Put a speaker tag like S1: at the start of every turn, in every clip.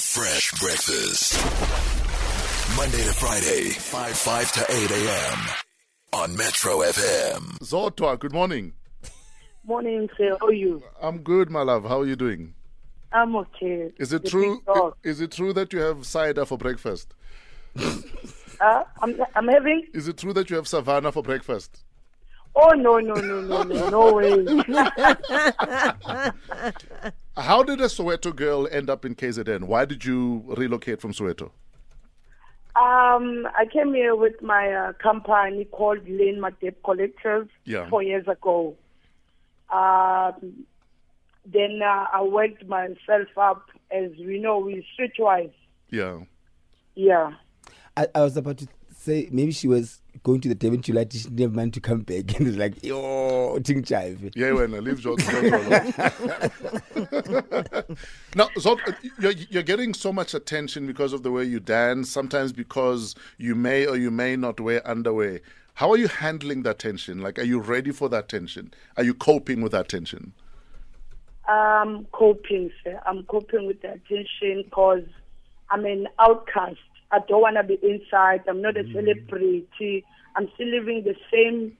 S1: Fresh breakfast. Monday to Friday, 5 5 to 8 a.m. on Metro FM.
S2: Zotwa, good morning.
S3: Morning, sir. How are you?
S2: I'm good, my love. How are you doing?
S3: I'm okay.
S2: Is it
S3: The
S2: true?
S3: big dog.
S2: Is it true that you have cider for breakfast?
S3: Huh? Uh, I'm, I'm having.
S2: Is it true that you have savannah for breakfast?
S3: Oh no no no no no no way.
S2: How did a Soweto girl end up in KZN? Why did you relocate from Soweto?
S3: Um, I came here with my uh, company called Lane Matep Collectors
S2: Yeah.
S3: four years ago. Um, then uh, I worked myself up, as we know, we streetwise.
S2: Yeah.
S3: Yeah.
S4: I, I was about to say maybe she was going to the Devonshire Light. She didn't have money to come back, and it's like yo, ting chive.
S2: Yeah, when I leave George. George alone. now, Zot, you're, you're getting so much attention because of the way you dance, sometimes because you may or you may not wear underwear. How are you handling that tension? Like, are you ready for that tension? Are you coping with that tension?
S3: I'm coping, sir. I'm coping with the attention because I'm an outcast. I don't want to be inside. I'm not a
S2: Mm.
S3: celebrity. I'm still living the same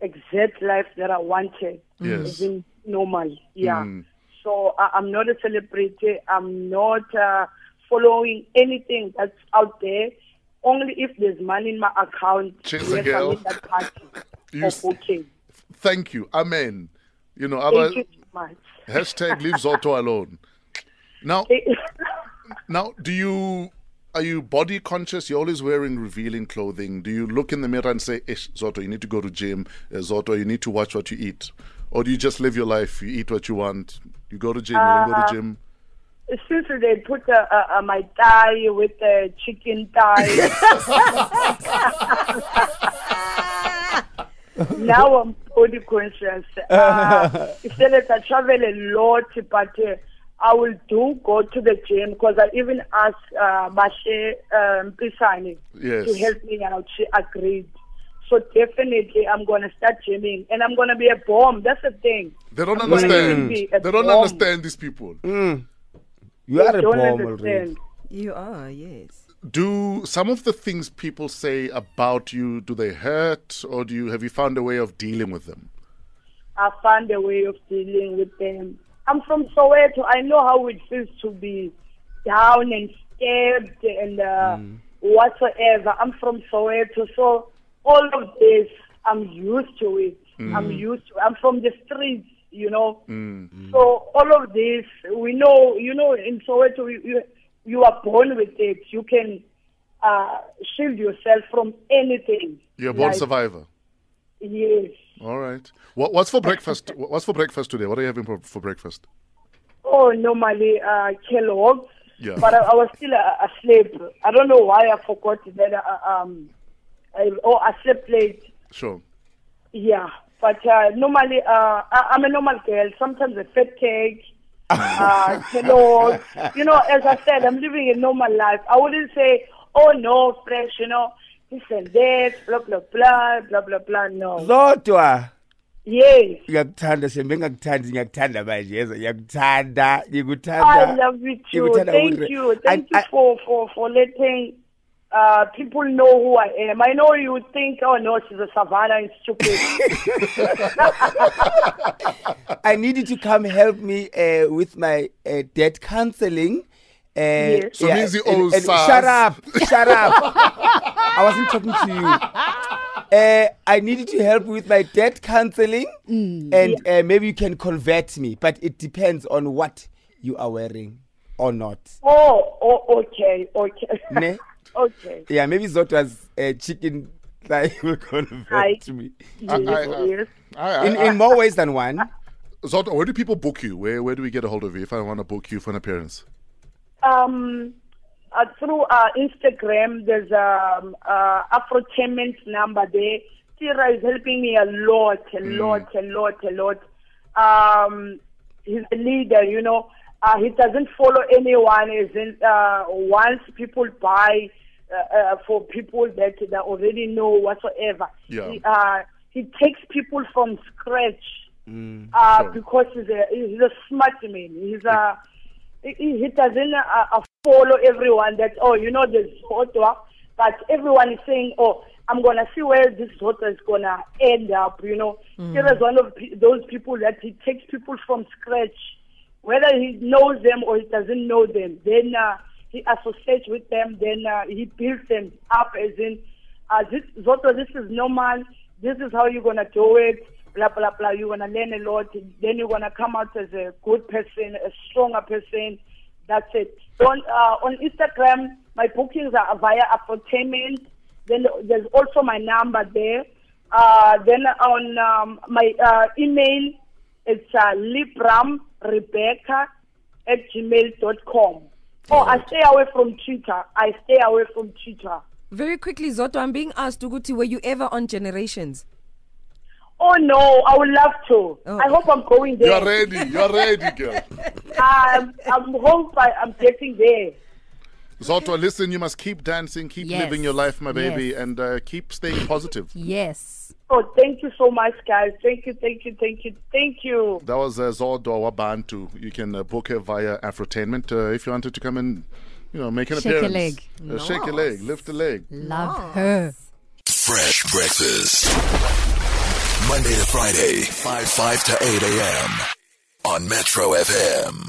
S3: exact life that I wanted.
S2: Yes. Mm.
S3: As in normal, yeah. So I, I'm not a celebrity. I'm not uh, following anything that's out there. Only if there's money in my account,
S2: Cheers,
S3: yes,
S2: girl.
S3: I'm in that party.
S2: You s-
S3: of okay.
S2: Thank you. Amen. You know,
S3: Thank you
S2: other
S3: so much.
S2: hashtag leave Zotto alone. Now, Now, do you are you body conscious? You're always wearing revealing clothing. Do you look in the mirror and say, Ish, Zoto, you need to go to gym. Uh, Zoto, you need to watch what you eat. Or do you just live your life? You eat what you want. You go to gym, you
S3: Uh-huh.
S2: don't go to gym.
S3: Since they put uh, uh, uh, my thigh with the chicken thigh. now I'm body conscious. Uh, instead of I travel a lot, but uh, I will do go to the gym because I even asked uh, Mashe um, Pisani
S2: Yes.
S3: to help me out. She agreed. So definitely I'm going to start gymming and I'm going to be a bomb. That's the thing.
S2: They don't
S3: gonna
S2: understand.
S3: be
S2: They
S3: a
S2: don't
S3: bomb.
S2: understand these people.
S3: Mm.
S4: You are a
S3: Don't
S4: bomb already.
S3: understand.
S5: You are, yes.
S2: Do some of the things people say about you do they hurt, or do you have you found a way of dealing with them?
S3: I found a way of dealing with them. I'm from Soweto. I know how it feels to be down and stabbed and uh,
S2: Mm.
S3: whatsoever. I'm from Soweto, so all of this I'm used to it.
S2: Mm.
S3: I'm used to. I'm from the streets, you know.
S2: Mm.
S3: So all of this, we know. You know, in Soweto, you you, you are born with it. You can uh, shield yourself from anything.
S2: You're a born
S3: Like,
S2: survivor.
S3: Yes.
S2: All right. What, what's for breakfast? What's for breakfast today? What are you having for, for breakfast?
S3: Oh, normally uh, Kellogg's.
S2: Yeah.
S3: But I, I was still uh, asleep. I don't know why I forgot that. Uh, um, I, oh, I slept late.
S2: Sure.
S3: Yeah. But uh, normally, uh, I, I'm a normal girl. Sometimes a fat cake, uh, Kellogg's. You know, as I said, I'm living a normal life. I wouldn't say, oh no, fresh. You know, this and that, blah blah blah, blah blah blah. No.
S4: Zotwa.
S3: Yes.
S4: ngiyakuthanda shembe ngakuthandi ngiyakuthanda manje yezwa ngiyakuthanda
S3: I
S4: ngikuthanda
S3: love you
S4: You
S3: too.
S4: would tell I
S3: Thank
S4: would-
S3: you.
S4: I-
S3: Thank you
S4: I-
S3: for, for, for letting uh, people know who I am. I know you would think, oh no, she's a savannah and stupid.
S4: i need you to come help me uh, with my uh, debt counseling uh,
S3: Yes.
S2: So means you owe
S4: and, and
S2: SARS.
S4: shut up shut up i wasn't talking to you uh, i needed to help with my debt counseling
S3: Mm.
S4: and uh, maybe you can convert me but it depends on what you are wearing or not
S3: oh, oh, okay, okay.
S4: Ne?
S3: okay.
S4: yeah maybe zotwa's uh, chicken thigh will convert
S3: I-
S4: me
S3: Yes,
S2: I- I-
S3: yes.
S2: I, I,
S4: in, in more ways than one
S2: Zoltan, where do people book you? Where where do we get a hold of you if I want to book you for an appearance?
S3: Um, uh, through uh, Instagram, there's um, uh, Afrotainment number there. Tira is helping me a lot, a lot, a lot, a lot. Um, he's a leader, you know. Uh, he doesn't follow anyone. As in, uh, once people buy uh, uh, for people that that already know whatsoever,
S2: Yeah.
S3: he, uh, he takes people from scratch uh,
S2: Sure.
S3: because he's a he's a smart man. He's a he- he doesn't uh, uh, follow everyone that, oh, you know, there's Zotwa, but everyone is saying, oh, I'm going to see where this Zotwa is going to end up, you know. He was one of pe- those people that he takes people from scratch, whether he knows them or he doesn't know them. Then uh, he associates with them, then uh, he builds them up as in, uh, this, Zotwa, this is normal, this is how you're going to do it blah blah blah. You're gonna learn a lot. Then you're gonna come out as a good person, a stronger person. That's it. So on uh, on Instagram, my bookings are via Afrotainment. Then there's also my number there. Uh, then on um, my uh, email, it's uh, libramrebecca at gmail.com. Oh, I stay away from Twitter. I stay away from Twitter.
S5: Very quickly, Zoto, I'm being asked, Uguti, were you ever on Generations?
S3: Oh no, I would love to.
S5: Oh.
S3: I hope I'm going there.
S2: You're ready. You're ready, girl.
S3: I'm, I'm hope I, I'm getting there.
S2: Zotwa, listen, you must keep dancing, keep
S6: Yes.
S2: living your life, my baby,
S6: Yes.
S2: and uh, keep staying positive.
S6: Yes.
S3: Oh, thank you so much, guys. Thank you, thank you, thank you, thank you.
S2: That was uh, Zodwa Wabantu. You can uh, book her via Afrotainment uh, if you wanted to come and, you know, make an
S6: Shake a
S2: appearance.
S6: leg.
S2: Uh, Shake a leg, lift a leg.
S6: Love her.
S1: Fresh breakfast. Monday to Friday, 5 5 to 8 a.m. on Metro FM.